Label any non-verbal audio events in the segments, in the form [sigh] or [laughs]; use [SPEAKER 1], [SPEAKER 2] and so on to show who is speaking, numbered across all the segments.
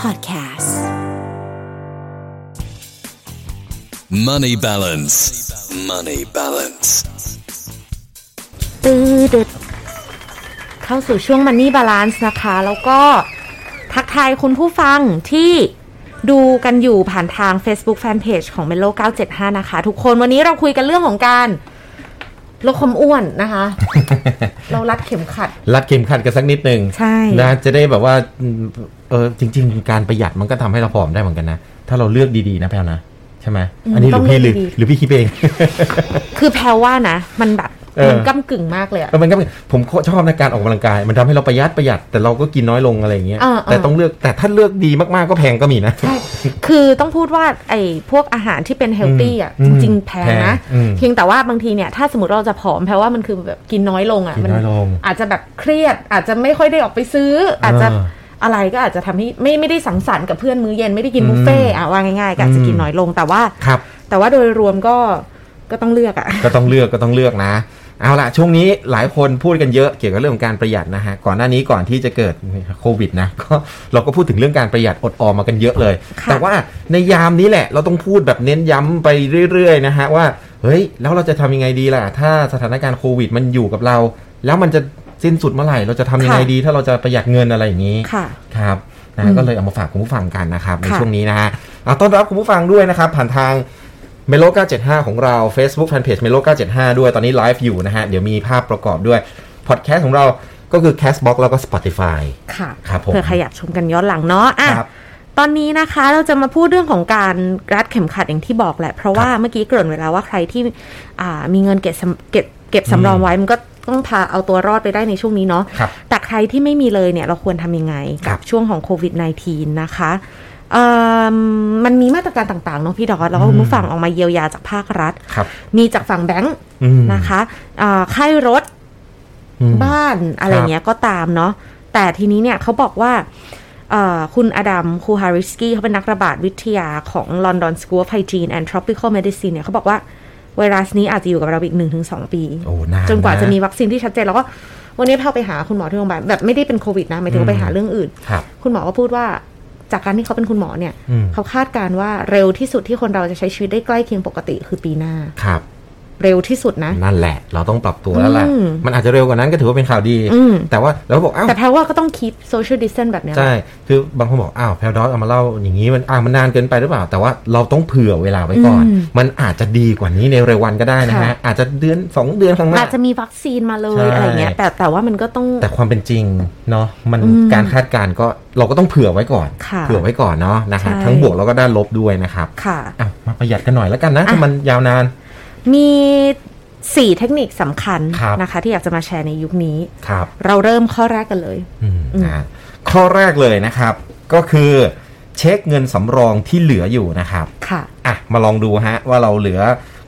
[SPEAKER 1] Podcasts.
[SPEAKER 2] Money balance. Money balance.
[SPEAKER 3] ตือดึดเข้าสู่ช่วง Money Balance นะคะ แล้วก็ทักทายคุณผู้ฟังที่ดูกันอยู่ผ่านทาง Facebook Fanpage ของ m e l o 975 นะคะ ทุกคนวันนี้เราคุยกันเรื่องของการลดความอ้วนนะคะ [laughs] เรารัดเข็มขัด
[SPEAKER 4] รัดเข็มขัดกันสักนิดหนึ่ง
[SPEAKER 3] ใช่
[SPEAKER 4] นะจะได้แบบว่าเออจริง ๆ การประหยัดมันก็ทำให้เราผอมได้เหมือนกันนะ ถ้าเราเลือกดีๆนะแพลวนะใช่ไหมอันนี้หรือพี่หรือหรือพี่คิดเอง [laughs]
[SPEAKER 3] คือแพลว่านะ มันแบบ
[SPEAKER 4] เออ
[SPEAKER 3] มันก้ากึ่งมากเลยอะ
[SPEAKER 4] เออมันก็เป็นผมชอบในะการออกกำลังกาย มันทำให้เราประหยัดประหยัดแต่เราก็กินน้อยลงอะไรอย่างเงี้ย
[SPEAKER 3] อ่าๆ
[SPEAKER 4] แต่ต้องเลือกแต่ถ้าเลือกดีมากๆก็แพงก็มีนะ
[SPEAKER 3] ใช่ คือต้องพูดว่าไอ้พวกอาหารที่เป็นเฮลตี้อ่ะจ
[SPEAKER 4] อืม
[SPEAKER 3] ริงๆแพงนะ
[SPEAKER 4] แพงอืม
[SPEAKER 3] เพียงแต่ว่าบางทีเนี่ยถ้าสมมติเราจะผอมแปลว่ามันคือแบบกินน้อยลงอ่ะ
[SPEAKER 4] กินน้อยลง
[SPEAKER 3] อาจจะแบบเครียด อาจจะไม่ค่อยได้ออกไปซื้อ อาจจะอะไรก็อาจจะทำให้ไม่ไม่ได้สังสรรค์กับเพื่อนมื้อเย็นไม่ได้กินบุฟเฟ่ต์อ่ะว่าง่ายๆก็อาจจะกินน้อยลงแต่ว่า
[SPEAKER 4] ครับ
[SPEAKER 3] แต่ว่าโดยรวมก็ก็ต้องเลือกอ่ะ
[SPEAKER 4] ก็ต้องเลือกก็ต้องเลือกนะ เอาล่ะ ช่วงนี้หลายคนพูดกันเยอะเกี่ยวกับเรื่องของการประหยัดนะฮะ ก่อนหน้านี้ก่อนที่จะเกิดโควิดนะก็เราก็พูดถึงเรื่องการประหยัดอดออมมากันเยอะเลย
[SPEAKER 3] ค่ะ
[SPEAKER 4] แต่ว่าในยามนี้แหละ เราต้องพูดแบบเน้นย้ำไปเรื่อย ๆ นะฮะ ว่า เฮ้ย แล้วเราจะทำยังไงดีล่ะ ถ้าสถานการณ์โควิดมันอยู่กับเรา แล้วมันจะสิ้นสุดเมื่อไหร่เราจะทำยังไงดี ถ้าเราจะประหยัดเงินอะไรอย่างนี้
[SPEAKER 3] ค่ะ
[SPEAKER 4] ครับนะ
[SPEAKER 3] อื
[SPEAKER 4] ฮะ
[SPEAKER 3] ม
[SPEAKER 4] ก็เลยเอามาฝากคุณผู้ฟังกันนะครับใน
[SPEAKER 3] ค่ะ
[SPEAKER 4] ช่วงนี้นะฮะเอาต้อนรับคุณผู้ฟังด้วยนะครับ ผ่านทางเมโล975 ของเรา Facebook Fanpage เมโล975 ด้วยตอนนี้ไลฟ์อยู่นะฮะ เดี๋ยวมีภาพประกอบด้วย พอดแคสต์ของเราก็คือ Castbox แล้วก็ Spotify
[SPEAKER 3] ค่ะ
[SPEAKER 4] ครับผม
[SPEAKER 3] เพื่อใครอยากชมกันย้อนหลังเนาะอ่ะ
[SPEAKER 4] ครับ
[SPEAKER 3] ตอนนี้นะคะเราจะมาพูดเรื่องของการรัดเข็มขัดอย่างที่บอกแหละ เพราะว่าเมื่อกี้เกริ่นไว้แล้วว่าใครที่อ่ามีเงินเก็บสำเก็บเก็บสำรองไว้มันก็ต้องพาเอาตัวรอดไปได้ในช่วงนี้เนาะ
[SPEAKER 4] ครับ
[SPEAKER 3] แต่ใครที่ไม่มีเลยเนี่ยเราควรทำยังไง
[SPEAKER 4] ครั
[SPEAKER 3] กับ ช่วงของโควิด -19 นะคะเอิ่มมันมีมาตรการต่างๆเนาะพี่ดอทแล้วก็คุณผู้ฟังออกมาเยียวยาจากภาครัฐ
[SPEAKER 4] ครับ
[SPEAKER 3] มีจากฝั่งแบงค์
[SPEAKER 4] อืม
[SPEAKER 3] นะคะอ่าค่ายรถ
[SPEAKER 4] อืม
[SPEAKER 3] บ้านอะไร
[SPEAKER 4] ครับ
[SPEAKER 3] เงี้ยก็ตามเนาะแต่ทีนี้เนี่ยเขาบอกว่าเอ่อคุณอดัมคูฮาริสกี้เขาเป็นนักระบาดวิทยาของ London School of Hygiene and Tropical Medicine เนี่ยเขาบอกว่าไวรัสนี้อาจจะอยู่กับเราอีก 1-2 ปี
[SPEAKER 4] โอ้นานนะ
[SPEAKER 3] จนกว่าจะมีวัคซีนที่ชัดเจน แล้วก็วันนี้พาไปหาคุณหมอที่โรงพยาบาลแบบไม่ได้เป็นโควิดนะหมายถึงว่าไปหาเรื่องอื่น
[SPEAKER 4] ครับ
[SPEAKER 3] คุณหมอก็พูดว่าจากการที่เขาเป็นคุณหมอเนี่ย
[SPEAKER 4] อืม
[SPEAKER 3] เขาคาดการณ์ว่าเร็วที่สุดที่คนเราจะใช้ชีวิตได้ใกล้เคียงปกติคือปีหน้า
[SPEAKER 4] ครับ
[SPEAKER 3] เร็วที่สุดนะ
[SPEAKER 4] นั่นแหละ เราต้องปรับตัวแล้วล่ะ
[SPEAKER 3] อืม
[SPEAKER 4] มันอาจจะเร็วกว่านั้นก็ถือว่าเป็นข่าวดี
[SPEAKER 3] อืม
[SPEAKER 4] แต่ว่าเราก็บอกอ้าว
[SPEAKER 3] แต่แพรว่าก็ต้องคีปโซเชียลดิสเทนแบบเนี้ย
[SPEAKER 4] ใช่ คือบางคนบอก อ้าว แพลดอสเอามาเล่าอย่างนี้มันอ้าวมันนานเกินไปหรือเปล่า แต่ว่าเราต้องเผื่อเวลาไว้ก่อน
[SPEAKER 3] อืม
[SPEAKER 4] มันอาจจะดีกว่านี้ในเร็ววันก็ได้นะ
[SPEAKER 3] ค่ะ
[SPEAKER 4] ฮะ อาจจะเดือนสองเดือนข้างหน้า
[SPEAKER 3] อาจจะมีวัคซีนมาเล
[SPEAKER 4] ใช่
[SPEAKER 3] ยอะไรเงี้ย แต่แต่ว่ามันก็ต้อง
[SPEAKER 4] แต่ความเป็นจริงเนาะ มัน
[SPEAKER 3] อืม
[SPEAKER 4] การคาดการณ์ก็เราก็ต้องเผื่อไว้ก่อน
[SPEAKER 3] ค่ะ
[SPEAKER 4] เผื่อไว้ก่อนเนาะนะฮะ
[SPEAKER 3] ใช่
[SPEAKER 4] ทั้งบวกแล้วก็ด้านลบด้วยนะครับ
[SPEAKER 3] ค่ะ
[SPEAKER 4] อ้าวมาประหยัดกันหน่อยแล้วกันนะ
[SPEAKER 3] อ่ะ
[SPEAKER 4] ถ้ามันยาวนาน
[SPEAKER 3] มีสี่เทคนิคสำคัญ
[SPEAKER 4] ครับ
[SPEAKER 3] นะคะ ที่อยากจะมาแชร์ในยุคนี้
[SPEAKER 4] ครับ
[SPEAKER 3] เราเริ่มข้อแรกกันเลย
[SPEAKER 4] อืมนะฮะข้อแรกเลยนะครับ ก็คือเช็คเงินสำรองที่เหลืออยู่นะครับ
[SPEAKER 3] ค่ะ
[SPEAKER 4] อ่ะมาลองดูฮะว่าเราเหลือ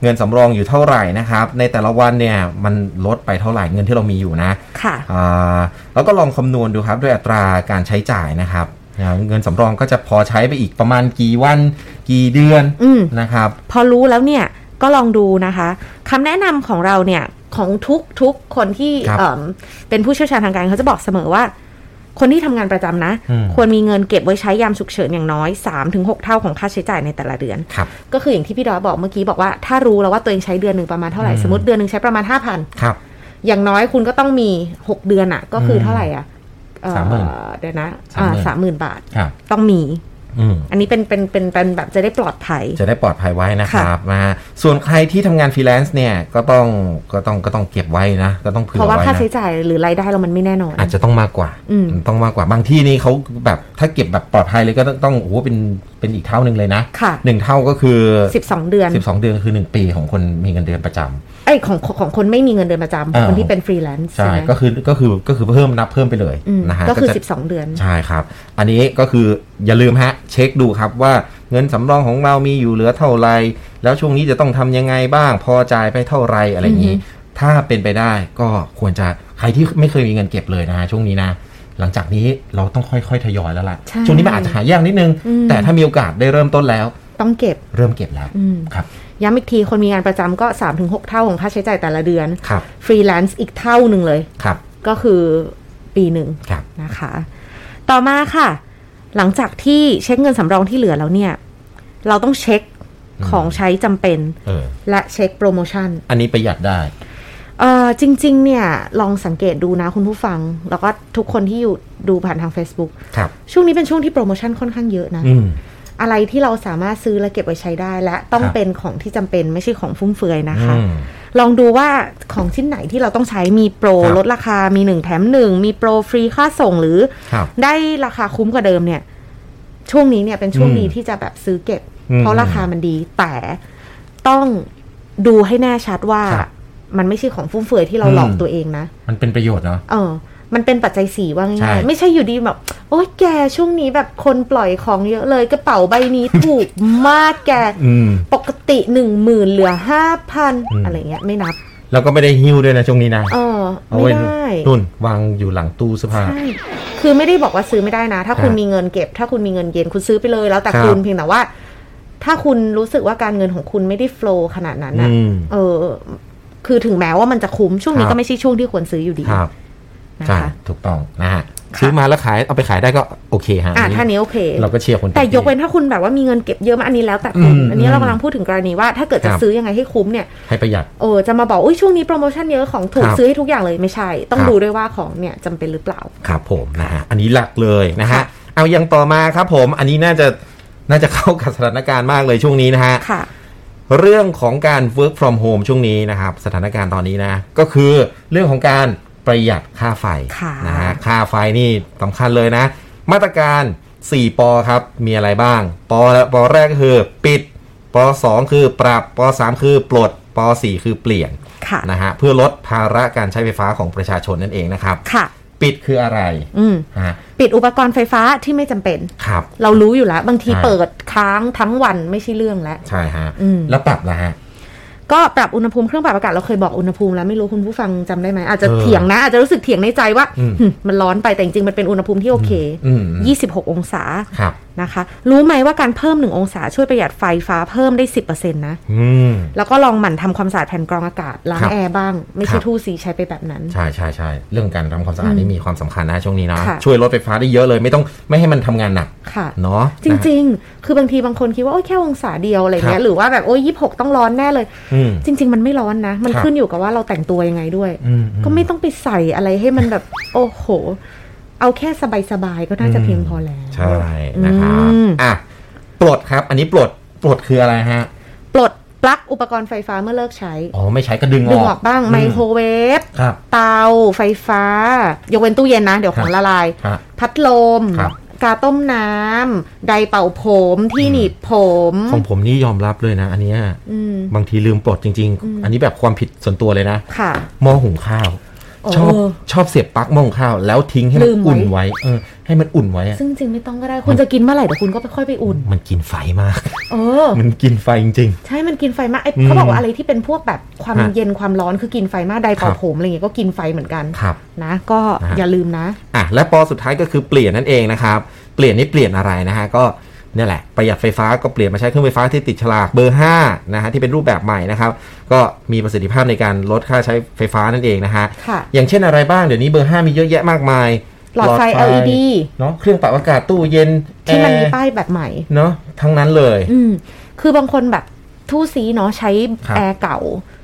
[SPEAKER 4] เงินสำรองอยู่เท่าไหร่นะครับ ในแต่ละวันเนี่ยมันลดไปเท่าไหร่เงินที่เรามีอยู่นะ
[SPEAKER 3] ค่ะ
[SPEAKER 4] อ่าแล้วก็ลองคำนวณดูครับด้วยอัตราการใช้จ่ายนะครับนะเงินสำรองก็จะพอใช้ไปอีกประมาณกี่วันกี่เดือน
[SPEAKER 3] อืม
[SPEAKER 4] นะครับ
[SPEAKER 3] พอรู้แล้วเนี่ยก็ลองดูนะคะคำแนะนำของเราเนี่ยของทุกทุกคนที่
[SPEAKER 4] ครับ
[SPEAKER 3] เอิ่มเป็นผู้เชี่ยวชาญทางการเขาจะบอกเสมอว่า คนที่ทำงานประจำนะ
[SPEAKER 4] อืม
[SPEAKER 3] ควรมีเงินเก็บไว้ใช้ยามฉุกเฉินอย่างน้อย 3-6 เท่าของค่าใช้จ่ายในแต่ละเดือน
[SPEAKER 4] ครับ
[SPEAKER 3] ก็คืออย่างที่พี่ดอยบอกเมื่อกี้บอกว่าถ้ารู้แล้วว่าตัวเองใช้เดือนหนึ่งประมาณเท่าไหร่
[SPEAKER 4] อืม
[SPEAKER 3] สมมติเดือนหนึ่งใช้ประมาณ
[SPEAKER 4] ครับ
[SPEAKER 3] 5,000 อย่างน้อยคุณก็ต้องมี 6 เดือนอะก็คืออ
[SPEAKER 4] ม
[SPEAKER 3] เท่าไหร่อะเอ่อ
[SPEAKER 4] สามหมื่น
[SPEAKER 3] เดี๋ยวนะอ่าสา
[SPEAKER 4] สาม ม
[SPEAKER 3] ห
[SPEAKER 4] หมื่
[SPEAKER 3] มื่น
[SPEAKER 4] น
[SPEAKER 3] บาท
[SPEAKER 4] ครับ
[SPEAKER 3] ต้องมี
[SPEAKER 4] อืม
[SPEAKER 3] อันนี้เป็นเป็นเป็นเป็นแบบจะได้ปลอดภัย
[SPEAKER 4] จะได้ปลอดภัยไว้นะครับนะฮะส่วนใครที่ทำงานฟรีแลนซ์เนี่ยก็ต้องก็ต้องก็ต้องเก็บไว้นะก็ต้องเผื่
[SPEAKER 3] เพ
[SPEAKER 4] อ
[SPEAKER 3] ราะ
[SPEAKER 4] ไว้
[SPEAKER 3] ว่าค่า
[SPEAKER 4] นะ
[SPEAKER 3] ใช้จ่ายหรือรายได้เรามันไม่แน่นอน
[SPEAKER 4] อาจจะต้องมากกว่า
[SPEAKER 3] อืม
[SPEAKER 4] ต้องมากกว่าบางที่นี่เขาแบบถ้าเก็บแบบปลอดภัยเลยก็ต้องต้องโอ้โหเป็นเป็นอีกเท่าหนึ่งเลยนะ
[SPEAKER 3] ค่ะ
[SPEAKER 4] หนึ่งเท่าก็คือ
[SPEAKER 3] 12 เดือน
[SPEAKER 4] สิบสองเดือนคือหนึ่งปีของคนมีเงินเดือนประจำ
[SPEAKER 3] ไอ้ยของของของคนไม่มีเงินเดือนประจำ
[SPEAKER 4] อ่า
[SPEAKER 3] คนที่เป็นฟรีแลนซ์
[SPEAKER 4] ใช่
[SPEAKER 3] ใช่ไหม
[SPEAKER 4] ก็คือก็คือก็คือเพิ่มนับเพิ่มไปเลย
[SPEAKER 3] อืม
[SPEAKER 4] นะฮะ
[SPEAKER 3] ก็คือ
[SPEAKER 4] จะ
[SPEAKER 3] 12 เดือน
[SPEAKER 4] ใช่ครับ อันนี้ก็คืออย่าลืมฮะ เช็คดูครับว่าเงินสำรองของเรามีอยู่เหลือเท่าไหรแล้วช่วงนี้จะต้องทำยังไงบ้าง พอจ่ายไปเท่าไหรอะไรอย่างนี้ ถ้าเป็นไปได้ก็ควรจะใครที่ไม่เคยมีเงินเก็บเลยนะฮะช่วงนี้นะ หลังจากนี้เราต้องค่อยๆทยอยแล้วล่ะ
[SPEAKER 3] ใช่
[SPEAKER 4] ช่วงนี้มันอาจจะหายากนิดนึง
[SPEAKER 3] อืม
[SPEAKER 4] แต่ถ้ามีโอกาสได้เริ่มต้นแล้ว
[SPEAKER 3] ต้องเก็บ
[SPEAKER 4] เริ่มเก็บแล้ว
[SPEAKER 3] อืม
[SPEAKER 4] ครับ
[SPEAKER 3] ย้ำอีกทีคนมีงานประจำก็ 3-6 เท่าของค่าใช้จ่ายแต่ละเดือน
[SPEAKER 4] ครับ
[SPEAKER 3] ฟรีแลนซ์อีกเท่าหนึ่งเลย
[SPEAKER 4] ครับ
[SPEAKER 3] ก็คือปีหนึ่ง
[SPEAKER 4] ครับ
[SPEAKER 3] นะคะ ต่อมาค่ะ หลังจากที่เช็คเงินสำรองที่เหลือแล้วเนี่ย เราต้องเช็คของใช้จำเป็น
[SPEAKER 4] เออ
[SPEAKER 3] และเช็คโปรโมชั่น
[SPEAKER 4] อันนี้ประหยัดได้
[SPEAKER 3] เอ่อจริง ๆ เนี่ย ลองสังเกตดูนะคุณผู้ฟัง แล้วก็ทุกคนที่อยู่ดูผ่านทาง Facebook
[SPEAKER 4] ครับ
[SPEAKER 3] ช่วงนี้เป็นช่วงที่โปรโมชั่นค่อนข้างเยอะนะ
[SPEAKER 4] อืม
[SPEAKER 3] อะไรที่เราสามารถซื้อและเก็บไว้ใช้ได้ และต้อง
[SPEAKER 4] ครับ
[SPEAKER 3] เป็นของที่จำเป็นไม่ใช่ของฟุ่มเฟือยนะคะ
[SPEAKER 4] อืม
[SPEAKER 3] ลองดูว่าของชิ้นไหนที่เราต้องใช้มีโปร
[SPEAKER 4] ครับ
[SPEAKER 3] ลดราคามีหนึ่งแถมหนึ่งมีโปรฟรีค่าส่งหรือ
[SPEAKER 4] ครับ
[SPEAKER 3] ได้ราคาคุ้มกว่าเดิมเนี่ย ช่วงนี้เนี่ยเป็นช่วง
[SPEAKER 4] อืม
[SPEAKER 3] ดีที่จะแบบซื้อเก็บ
[SPEAKER 4] อืม
[SPEAKER 3] เพราะราคามันดี แต่ต้องดูให้แน่ชัดว่า
[SPEAKER 4] ครับ
[SPEAKER 3] มันไม่ใช่ของฟุ่มเฟือยที่เรา
[SPEAKER 4] อืม
[SPEAKER 3] หลอกตัวเองนะ
[SPEAKER 4] มันเป็นประโยชน์เนาะ
[SPEAKER 3] เออ มันเป็นปัจจัยสี่ว่า
[SPEAKER 4] ใช่
[SPEAKER 3] ง่ายๆไม่ใช่อยู่ดีแบบ โอ๊ยแกช่วงนี้แบบคนปล่อยของเยอะเลยกระเป๋าใบนี้ถูก มากแก
[SPEAKER 4] อืม
[SPEAKER 3] ปกติหนึ่งหมื่นเหลือห้าพัน
[SPEAKER 4] อืม
[SPEAKER 3] อะไรเงี้ยไม่นับ
[SPEAKER 4] แล้วก็ไม่ได้หิ้วด้วยนะช่วงนี้นะ
[SPEAKER 3] เออ
[SPEAKER 4] เอา
[SPEAKER 3] ไม่
[SPEAKER 4] ไว้
[SPEAKER 3] ได้
[SPEAKER 4] นุ่นวางอยู่หลังตู้เสื้อผ้า
[SPEAKER 3] ใช่ คือไม่ได้บอกว่าซื้อไม่ได้นะ ถ้าคุณ
[SPEAKER 4] ฮะ
[SPEAKER 3] มีเงินเก็บ ถ้าคุณมีเงินเย็นคุณซื้อไปเลย แล้วแต่
[SPEAKER 4] ครับ
[SPEAKER 3] คุณเพียงแต่ว่า ถ้าคุณรู้สึกว่าการเงินของคุณไม่ได้โฟล์ขนาดนั้นน่ะ
[SPEAKER 4] อืม
[SPEAKER 3] เออ คือถึงแม้ว่ามันจะคุ้มช่วงนี้
[SPEAKER 4] ครับ
[SPEAKER 3] ก็ไม่ใช่ช่วงที่ควรซื้ออยู่ดี
[SPEAKER 4] ครับ
[SPEAKER 3] นะ
[SPEAKER 4] ใช่
[SPEAKER 3] คะ
[SPEAKER 4] ถูกต้องนะฮะ
[SPEAKER 3] ค่ะ
[SPEAKER 4] ซื้อมาแล้วขาย เอาไปขายได้ก็โอเคฮะ
[SPEAKER 3] อ่ะ
[SPEAKER 4] อันนี้
[SPEAKER 3] ท่านี้โอเค
[SPEAKER 4] เราก็เชียร์คน
[SPEAKER 3] แต่ยกเว้นถ้าคุณแบบว่ามีเงินเก็บเยอะมากอันนี้แล้วแต่คุณ
[SPEAKER 4] อืม
[SPEAKER 3] อันนี้เรา
[SPEAKER 4] อืม
[SPEAKER 3] กำลังพูดถึงกรณีว่า ถ้าเกิดจะ
[SPEAKER 4] ครับ
[SPEAKER 3] ซื้อยังไงให้คุ้มเนี่ย
[SPEAKER 4] ให้ประหยัด
[SPEAKER 3] โอ้จะมาบอกอุ้ยช่วงนี้โปรโมชั่นเยอะของถู
[SPEAKER 4] ค
[SPEAKER 3] ก
[SPEAKER 4] รับ
[SPEAKER 3] ซื้อให้ทุกอย่างเลยไม่ใช่ ต้อง
[SPEAKER 4] ครับ
[SPEAKER 3] ดูด้วยว่าของเนี่ยจำเป็นหรือเปล่า
[SPEAKER 4] ครับผมนะฮะอันนี้หลักเลยนะฮะ
[SPEAKER 3] ค่ะ
[SPEAKER 4] เอาอย่างต่อมาครับผม อันนี้น่าจะน่าจะเข้ากับสถานการณ์มากเลยช่วงนี้นะฮะ
[SPEAKER 3] ค่ะ
[SPEAKER 4] เรื่องของการ work from home ช่วงนี้นะครับ สถานการณ์ตอนนี้นะ ก็คือเรื่องของการประหยัดค่าไฟ
[SPEAKER 3] ค่ะ
[SPEAKER 4] นะฮะค่าไฟนี่สำคัญเลยนะ มาตรการ 4ปอครับ มีอะไรบ้างปอปอแรกก็คือปิดปอสองคือปรับปอสามคือปลดปอสี่คือเปลี่ยน
[SPEAKER 3] ค่ะ
[SPEAKER 4] นะฮะเพื่อลดภาระการใช้ไฟฟ้าของประชาชนนั่นเองนะครับ
[SPEAKER 3] ค่ะ
[SPEAKER 4] ปิดคืออะไร
[SPEAKER 3] อืม
[SPEAKER 4] ฮะ
[SPEAKER 3] ปิดอุปกรณ์ไฟฟ้าที่ไม่จำเป็น
[SPEAKER 4] ครับ
[SPEAKER 3] เรารู้อยู่แล้ว บางที
[SPEAKER 4] ใช่
[SPEAKER 3] เปิดค้างทั้งวันไม่ใช่เรื่องแล้ว
[SPEAKER 4] ใช่ฮะ
[SPEAKER 3] อืม
[SPEAKER 4] แล้วปรับนะฮะ
[SPEAKER 3] ก็ปรับอุณหภูมิเครื่องปรับอากาศเราเคยบอกอุณหภูมิแล้วไม่รู้คุณผู้ฟังจำได้ไหมอาจจะ
[SPEAKER 4] เออ
[SPEAKER 3] เถียงนะ อาจจะรู้สึกเถียงในใจว่า
[SPEAKER 4] อืม
[SPEAKER 3] หึมันร้อนไปแต่จริงๆมันเป็นอุณหภูมิที่โอเค
[SPEAKER 4] อืม
[SPEAKER 3] 26 องศา
[SPEAKER 4] ครับ
[SPEAKER 3] นะคะ รู้ไหมว่าการเพิ่ม 1 องศาช่วยประหยัดไฟฟ้าเพิ่มได้ 10%นะ
[SPEAKER 4] อืม
[SPEAKER 3] แล้วก็ลองหมั่นทำความสะอาดแผ่นกรองอากาศล้าง
[SPEAKER 4] ครับ
[SPEAKER 3] แอร์บ้าง ไม่
[SPEAKER 4] ครั
[SPEAKER 3] ใช่
[SPEAKER 4] บ
[SPEAKER 3] ทู่สีใช้ไปแบบนั้น
[SPEAKER 4] ใช่ใช่ใช่เรื่องการทำความสะอาดนี่มีความสำคัญนะช่วงนี้นะ
[SPEAKER 3] ค่ะ
[SPEAKER 4] ช่วยลดไฟฟ้าได้เยอะเลยไม่ต้องไม่ให้มันทำงานหนัก
[SPEAKER 3] ค่ะ
[SPEAKER 4] เนาะ
[SPEAKER 3] จริง ๆ คือบางทีบางคนคิดว่าโอ้ยแค่องศาเดียวอะไร
[SPEAKER 4] ครั
[SPEAKER 3] เงี้ย
[SPEAKER 4] บ
[SPEAKER 3] หรือว่าแบบโอ้ยยี่หกต้องร้อนแน่เลย
[SPEAKER 4] ๆอืม
[SPEAKER 3] จริง ๆ มันไม่ร้อนนะ มัน
[SPEAKER 4] ครับ
[SPEAKER 3] ขึ้นอยู่กับว่าเราแต่งตัวยังไงด้วย
[SPEAKER 4] อืม
[SPEAKER 3] ก็ไม่ต้องไปใส่อะไรให้มันแบบ โอ้โห เอาแค่สบายๆก็น่าจะ
[SPEAKER 4] อืม
[SPEAKER 3] เพียงพอแล้ว
[SPEAKER 4] ใช่นะครับ
[SPEAKER 3] อืม
[SPEAKER 4] อ่ะปลดครับ อันนี้ปลดปลดคืออะไรฮะ
[SPEAKER 3] ปลดปลั๊กอุปกรณ์ไฟฟ้าเมื่อเลิกใช้
[SPEAKER 4] อ๋อไม่ใช้ก็ดึงออก
[SPEAKER 3] ดึงออกบ้างไมโครเวฟ
[SPEAKER 4] ครับ
[SPEAKER 3] เตาไฟฟ้า ยกเว้นตู้เย็นนะ เดี๋ยวของ
[SPEAKER 4] ครับ
[SPEAKER 3] ละลาย
[SPEAKER 4] ฮะ
[SPEAKER 3] พัดลม
[SPEAKER 4] ครับ
[SPEAKER 3] กาต้มน้ำไดร์เป่าผม ที่หนีบผม
[SPEAKER 4] ของผมนี่ยอมรับเลยนะ อันเนี้ย
[SPEAKER 3] อืม
[SPEAKER 4] บางทีลืมปลดจริง
[SPEAKER 3] อืม
[SPEAKER 4] ๆ อันนี้แบบความผิดส่วนตัวเลยนะ
[SPEAKER 3] ค่ะ
[SPEAKER 4] หม้อหุงข้าว
[SPEAKER 3] โอ้
[SPEAKER 4] ชอบชอบเสียบปลั๊กหม้อหุงข้าว แล้วทิ้งให้มัน
[SPEAKER 3] ลืมไว้
[SPEAKER 4] อุ่นไว้เออให้มันอุ่นไว้อะ
[SPEAKER 3] ซึ่งจริงไม่ต้องก็ได้ คุณจะกินเมื่อไหร่เดี๋ยวคุณก็ไปค่อยไปอุ่น
[SPEAKER 4] มันกินไฟมาก
[SPEAKER 3] เออ
[SPEAKER 4] มันกินไฟจริง
[SPEAKER 3] ใช่ มันกินไฟมากไอ้
[SPEAKER 4] อืม
[SPEAKER 3] เขาบอกว่าอะไรที่เป็นพวกแบบความ
[SPEAKER 4] ฮะ
[SPEAKER 3] เย็นความร้อนคือกินไฟมากไดร์
[SPEAKER 4] ค
[SPEAKER 3] เป่า
[SPEAKER 4] รับ
[SPEAKER 3] ผมอะไรเงี้ยก็กินไฟเหมือนกัน
[SPEAKER 4] ๆครับ
[SPEAKER 3] นะก็
[SPEAKER 4] นะฮะ
[SPEAKER 3] อย่าลืมนะ
[SPEAKER 4] อ่ะและปอสุดท้ายก็คือเปลี่ยนนั่นเองนะครับ เปลี่ยนนี่เปลี่ยนอะไรนะฮะก็เนี่ยแหละประหยัดไฟฟ้าก็เปลี่ยนมาใช้เครื่องไฟฟ้าที่ติดฉลากเบอร์5นะฮะที่เป็นรูปแบบใหม่นะครับ ก็มีประสิทธิภาพในการลดค่าใช้ไฟฟ้านั่นเองนะฮะ
[SPEAKER 3] ค่ะ
[SPEAKER 4] อย่างเช่นอะไรบ้างเดี๋ยวนี้เบอร์ 5 มีเยอะแยะมากมาย
[SPEAKER 3] หลอดไฟ LED
[SPEAKER 4] เนาะเครื่องปรับอากาศตู้เย็น
[SPEAKER 3] ที่มันมี
[SPEAKER 4] แอร์
[SPEAKER 3] ป้ายแบบใหม่
[SPEAKER 4] เนาะทั้งนั้นเลย
[SPEAKER 3] อืม คือบางคนแบบทู่ซีเนาะใช้
[SPEAKER 4] ครับ
[SPEAKER 3] แอร์เก่า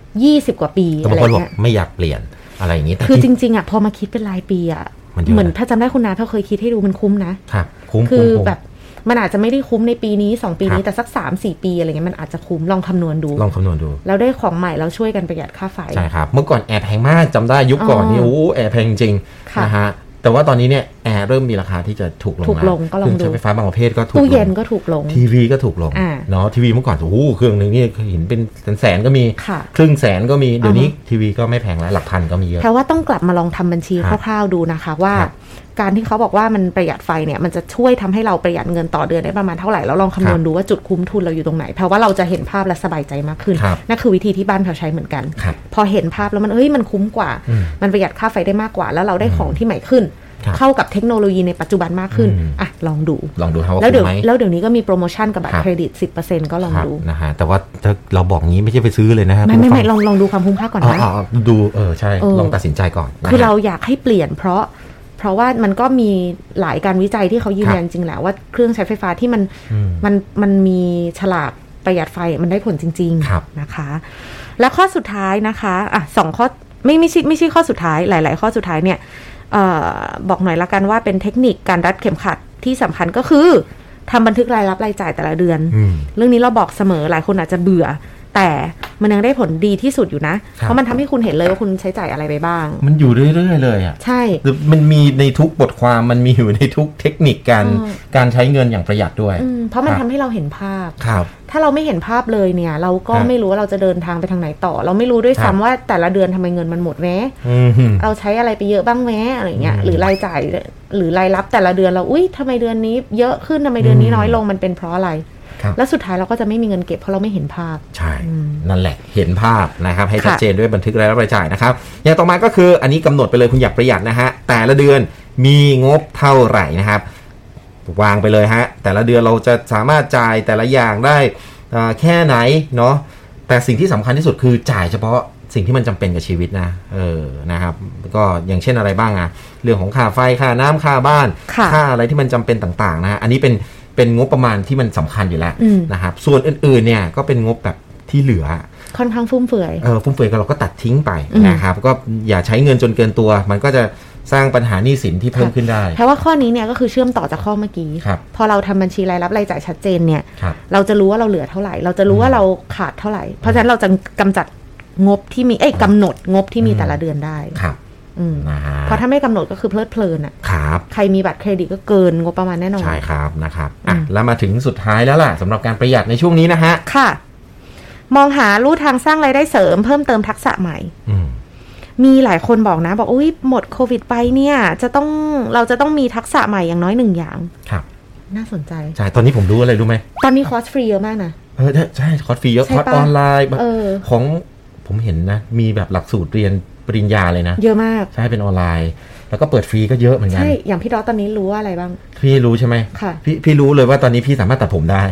[SPEAKER 3] 20 กว่าปี
[SPEAKER 4] แต่
[SPEAKER 3] อะ
[SPEAKER 4] บาง
[SPEAKER 3] ไร
[SPEAKER 4] คนบอก
[SPEAKER 3] เงี้ย
[SPEAKER 4] ไม่อยากเปลี่ยนอะไรอย่างนี้แต่
[SPEAKER 3] คือจ
[SPEAKER 4] จริง
[SPEAKER 3] ริง ๆอ่ะพอมาคิดเป็นรายปีอ่ะ
[SPEAKER 4] มันเยอะนะ
[SPEAKER 3] เหมือนถ้าจำได้คุณนาถ้าเคยคิดให้ดูมันคุ้มนะ
[SPEAKER 4] ครับคุ้ม
[SPEAKER 3] คื
[SPEAKER 4] คุ้ม
[SPEAKER 3] อ
[SPEAKER 4] คุ้ม
[SPEAKER 3] แบบมันอาจจะไม่ได้คุ้มในปีนี้ 2 ปี
[SPEAKER 4] ครั
[SPEAKER 3] นี้
[SPEAKER 4] บ
[SPEAKER 3] แต่สัก 3 4 ปีอะไรเงี้ยมันอาจจะคุ้มลองคำนวณดู
[SPEAKER 4] ลองคำนวณดู
[SPEAKER 3] แล้วได้ของใหม่แล้วช่วยกันประหยัดค่าไฟ
[SPEAKER 4] ใช่ครับเมื่อก่อนแอร์แพงมากจำได้ยุคก่อน
[SPEAKER 3] อ๋อ
[SPEAKER 4] นี่โอ้โหแอร์แพงจริง
[SPEAKER 3] ค่ะ
[SPEAKER 4] นะฮะแต่ว่าตอนนี้เนี่ยแอร์เริ่มมีราคาที่จะถูกลง
[SPEAKER 3] ถูกลง
[SPEAKER 4] แว
[SPEAKER 3] ก็ลองดู
[SPEAKER 4] เครื่ใช้ไฟฟ้าบางประเภทก็ถูก
[SPEAKER 3] ตู้
[SPEAKER 4] ล
[SPEAKER 3] เย็น
[SPEAKER 4] ง
[SPEAKER 3] ก็ถูกลง
[SPEAKER 4] ทีวีก็ถูกลง
[SPEAKER 3] อ่า
[SPEAKER 4] เนาะทีวีเมื่อก่อนโอ้โหเครื่องหนึ่งนี่เห็นเป็นแสนๆก็มี
[SPEAKER 3] ค่ะ
[SPEAKER 4] ครึ่งแสนก็มีเดี๋ยวนี้
[SPEAKER 3] อือฮึ
[SPEAKER 4] ทีวีก็ไม่แพงแล้วหลักพันก็มีเยอะ
[SPEAKER 3] แปลว่าต้องกลับมาลองทำบัญชี
[SPEAKER 4] ครับ
[SPEAKER 3] คร่าวๆดูนะคะว่า
[SPEAKER 4] ครับ
[SPEAKER 3] การที่เขาบอกว่ามันประหยัดไฟเนี่ยมันจะช่วยทำให้เราประหยัดเงินต่อเดือนได้ประมาณเท่าไหร่แล้วลองคำนวณ
[SPEAKER 4] ครับ
[SPEAKER 3] ดูว่าจุดคุ้มทุนเราอยู่ตรงไหนแปลว่าเราจะเห็นภาพและสบายใจมากขึ้น
[SPEAKER 4] ครับ
[SPEAKER 3] นั่นคือวิธีที่บ้านเขาใช้เหมือนกัน
[SPEAKER 4] ครับ
[SPEAKER 3] พอเห็นภาพแล้วมันเอ้ยมันคุ้มกว่า
[SPEAKER 4] อืม
[SPEAKER 3] มันประหยัดค่าไฟได้มากกว่า แล้วเราได้ของที่ใหม่ขึ้น
[SPEAKER 4] ครับ
[SPEAKER 3] เข้ากับเทคโนโลยีในปัจจุบันมากขึ้น
[SPEAKER 4] อืม
[SPEAKER 3] อ่ะลองดู
[SPEAKER 4] ลองดูครับว่า
[SPEAKER 3] แล้ว
[SPEAKER 4] คุ้
[SPEAKER 3] เดี๋ยว
[SPEAKER 4] มไหม
[SPEAKER 3] แล้วเดี๋ยวนี้ก็มีโปรโมชั่นกับบัต
[SPEAKER 4] ครั
[SPEAKER 3] ร
[SPEAKER 4] บ
[SPEAKER 3] เครดิต 10%ก็ลอง
[SPEAKER 4] ครับ
[SPEAKER 3] ดู
[SPEAKER 4] นะฮะแต่ว่าถ้าเราบอกงี้ไม่ใช่ไปซื้อเลยนะฮะ
[SPEAKER 3] ไม่ไม่
[SPEAKER 4] คุณ
[SPEAKER 3] ไม่
[SPEAKER 4] ผู้
[SPEAKER 3] ล
[SPEAKER 4] ฟั
[SPEAKER 3] องลองดูความคุ้มค่าก่อน
[SPEAKER 4] อ๋อ
[SPEAKER 3] นะ
[SPEAKER 4] อ๋อดูเออใช่
[SPEAKER 3] เออ
[SPEAKER 4] ลองตัดสินใจก่อนนะฮะ
[SPEAKER 3] คือเราอยากให้เปลี่ยนเพราะ เพ ราะว่ามันก็มีหลายการวิจัยที่เขายืนยันจริงแหละว่าเครื่องใช้ไฟฟ้าที่มัน
[SPEAKER 4] อืม
[SPEAKER 3] มันมันมีฉลากประหยัดไฟมันได้ผลจริง
[SPEAKER 4] ครับ
[SPEAKER 3] ๆนะคะ และข้อสุดท้ายนะคะอ่ะสองข้อไม่ไม่ใช่ไม่ใช่ข้อสุดท้ายหลาย ๆ ข้อสุดท้ายเนี่ยเออบอกหน่อยละกันว่าเป็นเทคนิคการรัดเข็มขัดที่สำคัญก็คือทำบันทึกรายรับรายจ่ายแต่ละเดือน
[SPEAKER 4] อืม
[SPEAKER 3] เรื่องนี้เราบอกเสมอหลายคนอาจจะเบื่อ แต่มันยังได้ผลดีที่สุดอยู่นะ
[SPEAKER 4] ครับ
[SPEAKER 3] เพราะมันทำให้คุณเห็นเลยว่าคุณใช้จ่ายอะไรไปบ้าง
[SPEAKER 4] มันอยู่เรื่อยๆเลยอ่ะ
[SPEAKER 3] ใช่
[SPEAKER 4] มันมีในทุกบทความมันมีอยู่ในทุกเทคนิคการ
[SPEAKER 3] ใช่
[SPEAKER 4] การใช้เงินอย่างประหยัดด้วย
[SPEAKER 3] อืมเพราะมัน
[SPEAKER 4] ค
[SPEAKER 3] ทำ
[SPEAKER 4] รับ
[SPEAKER 3] ให้เราเห็นภาพ
[SPEAKER 4] ครับ
[SPEAKER 3] ถ้าเราไม่เห็นภาพเลยเนี่ย เราก็
[SPEAKER 4] ครับ
[SPEAKER 3] ไม่รู้ว่าเราจะเดินทางไปทางไหนต่อ เราไม่รู้ด้วยซ้ำว่าแต่ละเดือนทำไมเงินมันหมดแม้
[SPEAKER 4] อืม
[SPEAKER 3] เราใช้อะไรไปเยอะบ้างแม้อะไรเงี้ย
[SPEAKER 4] อืม
[SPEAKER 3] หรือรายจ่ายหรือรายรับแต่ละเดือนเราอุ้ยทำไมเดือนนี้ เยอะขึ้นทำไมเดือนนี้
[SPEAKER 4] อืม
[SPEAKER 3] น้อยลงมันเป็นเพราะอะไร
[SPEAKER 4] ครับ
[SPEAKER 3] แล้วสุดท้ายเราก็จะไม่มีเงินเก็บเพราะเราไม่เห็นภาพ
[SPEAKER 4] ใช่ นั่นแหละ เห็นภาพนะครับ ให้
[SPEAKER 3] ค่ะ
[SPEAKER 4] ชัดเจนด้วยบันทึกรายรับรายจ่ายนะครับ อย่างต่อมาก็คืออันนี้กำหนดไปเลยคุณอยากประหยัดนะฮะ แต่ละเดือนมีงบเท่าไหร่นะครับ วางไปเลยฮะ แต่ละเดือนเราจะสามารถจ่ายแต่ละอย่างได้อ่าแค่ไหนเนาะ แต่สิ่งที่สำคัญที่สุดคือจ่ายเฉพาะสิ่งที่มันจำเป็นกับชีวิตนะ เออ นะครับ ก็อย่างเช่นอะไรบ้างอะเรื่องของค่าไฟ ค่าน้ำค่าบ้าน
[SPEAKER 3] ค่ะ
[SPEAKER 4] ค่าอะไรที่มันจำเป็นต่างๆนะฮะอันนี้เป็น เป็นงบประมาณที่มันสำคัญอยู่แล้ว
[SPEAKER 3] อืม
[SPEAKER 4] นะครับ ส่วนอื่นๆเนี่ยก็เป็นงบแบบที่เหลือ
[SPEAKER 3] ค่อนข้างฟุ่มเฟือย
[SPEAKER 4] เออฟุ่มเฟือยก็เราก็ตัดทิ้งไป
[SPEAKER 3] อืม
[SPEAKER 4] นะครับ ก็อย่าใช้เงินจนเกินตัว มันก็จะสร้างปัญหาหนี้สินที่เพิ่มขึ้นได้
[SPEAKER 3] แปลว่าข้อนี้เนี่ยก็คือเชื่อมต่อจากข้อเมื่อกี้
[SPEAKER 4] ครับ
[SPEAKER 3] พอเราทำบัญชีรายรับรายจ่ายชัดเจนเนี่ย
[SPEAKER 4] ครับ
[SPEAKER 3] เราจะรู้ว่าเราเหลือเท่าไหร่ เราจะรู้ว่าเราขาดเท่าไหร่ เพราะฉะนั้นเราจะกำจัดงบที่มีเอ้ยกำหนดงบที่มี
[SPEAKER 4] อืม
[SPEAKER 3] แต่ละเดือนได้
[SPEAKER 4] ครับ
[SPEAKER 3] อืม
[SPEAKER 4] นะฮะ
[SPEAKER 3] เพราะถ้าไม่กำหนดก็คือเพลิดเพลินอะ
[SPEAKER 4] ครับ
[SPEAKER 3] ใครมีบัตรเครดิตก็เกินงบประมาณแน่นอน
[SPEAKER 4] ใช่ครับนะครับอ่ะ
[SPEAKER 3] อืม
[SPEAKER 4] แล้วมาถึงสุดท้ายแล้วล่ะสำหรับการประหยัดในช่วงนี้นะฮะ
[SPEAKER 3] ค่ะ มองหาลู่ทางสร้างรายได้เสริมเพิ่มเติมทักษะใหม่
[SPEAKER 4] อืม
[SPEAKER 3] มีหลายคนบอกนะ บอกอุ้ยหมดโควิดไปเนี่ย จะต้องเราจะต้องมีทักษะใหม่อย่างน้อยหนึ่งอย่าง
[SPEAKER 4] ครับ
[SPEAKER 3] น่าสนใจ
[SPEAKER 4] ใช่ตอนนี้ผมรู้อะไรรู้ไหม
[SPEAKER 3] ตอนนี้คอร์สฟรีเยอะมากนะ
[SPEAKER 4] เออใช่คอร์สฟรีเยอะ
[SPEAKER 3] ใช่
[SPEAKER 4] คอร์ส
[SPEAKER 3] ปะ
[SPEAKER 4] ออนไลน์แบบ
[SPEAKER 3] เออ
[SPEAKER 4] ของผมเห็นนะ มีแบบหลักสูตรเรียนปริญญาเลยนะ
[SPEAKER 3] เยอะมาก
[SPEAKER 4] ใช่เป็นออนไลน์ แล้วก็เปิดฟรีก็เยอะเหมือนกัน
[SPEAKER 3] ใช่ อย่างพี่ดอสตอนนี้รู้ว่าอะไรบ้าง
[SPEAKER 4] พี่รู้ใช่ไหม
[SPEAKER 3] ค่ะ
[SPEAKER 4] พี่พี่รู้เลยว่าตอนนี้พี่สามารถตัดผมได้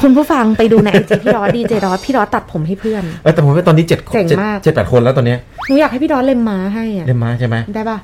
[SPEAKER 3] คุณผู้ฟังไปดูในไอจีพี่ดอสดีเจดอสพี่ดอสตัดผมให้เพื่อน
[SPEAKER 4] เออแต่ผมว่าตอนนี้เจ็ด
[SPEAKER 3] เจ๋ง
[SPEAKER 4] เจ็ด
[SPEAKER 3] มาก
[SPEAKER 4] เจ็ดแปดคนแล้วตอนเนี้ย
[SPEAKER 3] หนูอยากให้พี่ดอสเล็มม้าให้อะ
[SPEAKER 4] เล่นมาใช่ไหม
[SPEAKER 3] ได้ปะ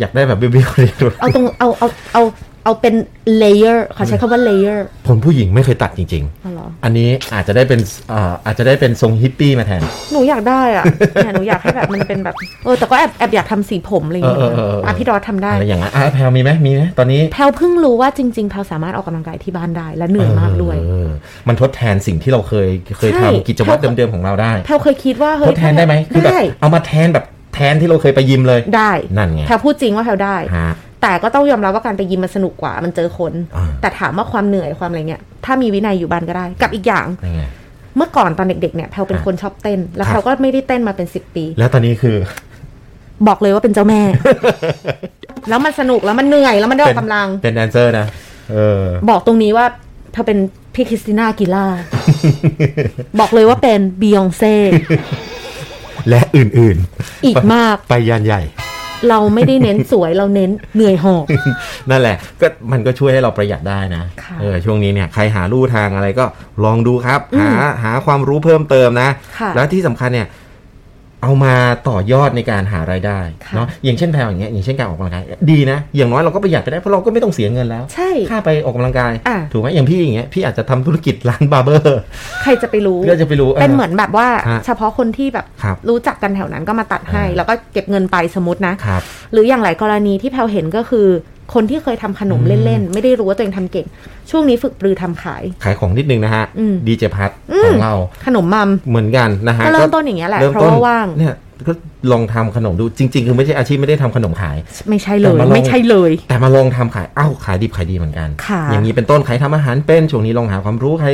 [SPEAKER 4] อยากได้แบบเบี้ยวๆเลยด้วย
[SPEAKER 3] เอาตรงเอาเอาเอาเอาเป็นเลเยอร์ขอใช้คำว่าเลเยอร์
[SPEAKER 4] ผมผู้หญิงไม่เคยตัดจริง
[SPEAKER 3] เอาเหรอ
[SPEAKER 4] ๆ อันนี้อาจจะได้เป็นเอ่ออาจจะได้เป็นทรงฮิปปี้มาแทน
[SPEAKER 3] หนูอยากได้อ่ะเนี่ยหนูอยากให้แบบมันเป็นแบบเออแต่ก็แอบแอบอยากทำสีผมอะไรอย่างเงี้ย
[SPEAKER 4] เออเออเออเอออ่
[SPEAKER 3] อ่ะพี่ดอสทำได้
[SPEAKER 4] อะไรอย่างนั้นอ่ะแพลวมีไหมมีไหมตอนนี้
[SPEAKER 3] แพลวเพิ่งรู้ว่าจริง ๆ แพลวสามารถออกกำลังกายที่บ้านได้และเหนื่อยมากด้วย
[SPEAKER 4] เออมันทดแทนสิ่งที่เราเคยเคย
[SPEAKER 3] ใช่
[SPEAKER 4] ทำกิจวัตรเดิมๆของเราได้
[SPEAKER 3] แพลวเคยคิดว่าเฮ้
[SPEAKER 4] ท
[SPEAKER 3] ย
[SPEAKER 4] ดแทนได้ไหมคือแบบ
[SPEAKER 3] ได้
[SPEAKER 4] เอามาแทนแบบแทนที่เราเคยไปยิมเลย
[SPEAKER 3] ได้
[SPEAKER 4] นั่นไง
[SPEAKER 3] แพลวพูดจริงว่าแพลวได้
[SPEAKER 4] ฮะ
[SPEAKER 3] แต่ก็ต้องยอมรับว่าการไปยิมมันสนุกกว่ามันเจอคน
[SPEAKER 4] อ่า
[SPEAKER 3] แต่ถามว่าความเหนื่อยความอะไรเนี่ย ถ้ามีวินัยอยู่บ้านก็ได้ กับอีกอย่าง
[SPEAKER 4] นั่นไง
[SPEAKER 3] เมื่อก่อนตอนเด็กๆเนี่ยแพลเป็น
[SPEAKER 4] อ่า
[SPEAKER 3] คนชอบเต้น แล้ว
[SPEAKER 4] ครับ
[SPEAKER 3] แพลก็ไม่ได้เต้นมาเป็นสิบปี
[SPEAKER 4] แล้วตอนนี้คือ
[SPEAKER 3] บอกเลยว่าเป็นเจ้า
[SPEAKER 4] [laughs]
[SPEAKER 3] แม่ แล้วมันสนุกแล้วมันเหนื่อยแล้วมันได้ออกกำลัง
[SPEAKER 4] เป็นแดนเซอร์นะเออ
[SPEAKER 3] บอกตรงนี้ว่าเธอเป็นพี่คริสติน่าอากิล่า
[SPEAKER 4] [laughs]
[SPEAKER 3] บอกเลยว่าเป็นบียองเซ่
[SPEAKER 4] และอื่นๆ
[SPEAKER 3] อีกมาก
[SPEAKER 4] ไปยานใหญ่ [laughs]
[SPEAKER 3] เราไม่ได้เน้นสวยเราเน้นเหนื่อยหอบ
[SPEAKER 4] นั่นแหละก็มันก็ช่วยให้เราประหยัดได้นะ
[SPEAKER 3] ค่ะ
[SPEAKER 4] เออช่วงนี้เนี่ยใครหาลู่ทางอะไรก็ลองดูครับ
[SPEAKER 3] อืม
[SPEAKER 4] หาหาความรู้เพิ่มเติมนะ
[SPEAKER 3] ค่ะ
[SPEAKER 4] แล้วที่สำคัญเนี่ย เอามาต่อยอดในการหารายได้
[SPEAKER 3] ค่ะ
[SPEAKER 4] เนาะอย่างเช่นแพลอย่างเงี้ยอย่างเช่นการออกกำลังกายดีนะ อย่างน้อยเราก็ประหยัดไปได้เพราะเราก็ไม่ต้องเสียเงินแล้ว
[SPEAKER 3] ใช่
[SPEAKER 4] ค่าไปออกกำลังกาย
[SPEAKER 3] อ่ะ
[SPEAKER 4] ถูกไหมอย่างพี่อย่างเงี้ยพี่อาจจะทำธุรกิจร้านบาร์เบอร์
[SPEAKER 3] ใครจะไปรู้
[SPEAKER 4] ก็จะไปรู้
[SPEAKER 3] เป็นเหมือนแบบว่า
[SPEAKER 4] ฮะ
[SPEAKER 3] เฉพาะคนที่แบบ
[SPEAKER 4] ครับ
[SPEAKER 3] รู้จักกันแถวนั้นก็มาตัดให้
[SPEAKER 4] อ่า
[SPEAKER 3] แล้วก็เก็บเงินไปสมมตินะ
[SPEAKER 4] ครับ
[SPEAKER 3] หรืออย่างหลายกรณีที่แพลวเห็นก็คือ คนที่เคยทำขนมเล่น ๆ ไม่ได้รู้ว่าตัวเองทำเก่ง ช่วงนี้ฝึกปรือทำขาย
[SPEAKER 4] ขายของนิดนึงนะฮะ
[SPEAKER 3] อืม
[SPEAKER 4] ดีเจพัทของเรา
[SPEAKER 3] ขนมมัม
[SPEAKER 4] เหมือนกันนะฮะ
[SPEAKER 3] ก็เริ่มต้นอย่างเงี้ยแหละ
[SPEAKER 4] ริ่ม
[SPEAKER 3] เพราะว่าว่าง
[SPEAKER 4] เนี่ยก็ลองทำขนมดูจริง ๆ คือไม่ใช่อาชีพไม่ได้ทำขนมขาย
[SPEAKER 3] ไม่ใช่เล
[SPEAKER 4] แต่
[SPEAKER 3] ย
[SPEAKER 4] มาลอง
[SPEAKER 3] ไม่ใช่เลย
[SPEAKER 4] แต่มาลองทำขายอ้าวขายดิบขายดีเหมือนกัน
[SPEAKER 3] ค่ะ
[SPEAKER 4] อย่างนี้เป็นต้นใครทำอาหารเป็นช่วงนี้ลองหาความรู้ใคร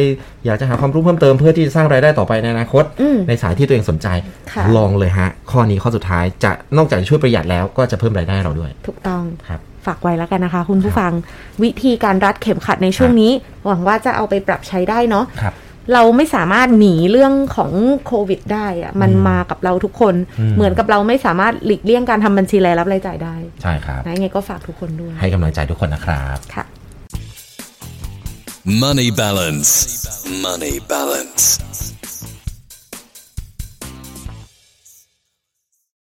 [SPEAKER 4] อยากจะหาความรู้เพิ่มเติมเพื่อที่จะสร้างรายได้ต่อไปในอนาคต
[SPEAKER 3] อืม
[SPEAKER 4] ในสายที่ตัวเองสนใจ
[SPEAKER 3] ค่ะ
[SPEAKER 4] ลองเลยฮะ ข้อนี้ข้อสุดท้ายจะนอกจากจะช่วยประหยัดแล้วก็จะเพิ่มรายได้เราด้วย
[SPEAKER 3] ถูกต้อง
[SPEAKER 4] ครับ
[SPEAKER 3] ฝากไว้แล้วกันนะคะ คุณผู้ฟังวิธีการรัดเข็มขัดในช่วง
[SPEAKER 4] ครับ
[SPEAKER 3] นี้ หวังว่าจะเอาไปปรับใช้ได้เนาะ
[SPEAKER 4] ครับ
[SPEAKER 3] เราไม่สามารถหนีเรื่องของโควิดได้อะมัน
[SPEAKER 4] อืม
[SPEAKER 3] มากับเราทุกคน
[SPEAKER 4] อืม
[SPEAKER 3] เหมือนกับเราไม่สามารถหลีกเลี่ยงการทำบัญชีรายรับรายจ่ายได้
[SPEAKER 4] ใช่ครับ
[SPEAKER 3] นะยังไงก็ฝากทุกคนด้วย
[SPEAKER 4] ให้กำลังใจทุกคนนะครับ
[SPEAKER 3] ค่ะ
[SPEAKER 2] Money balance. Money balance.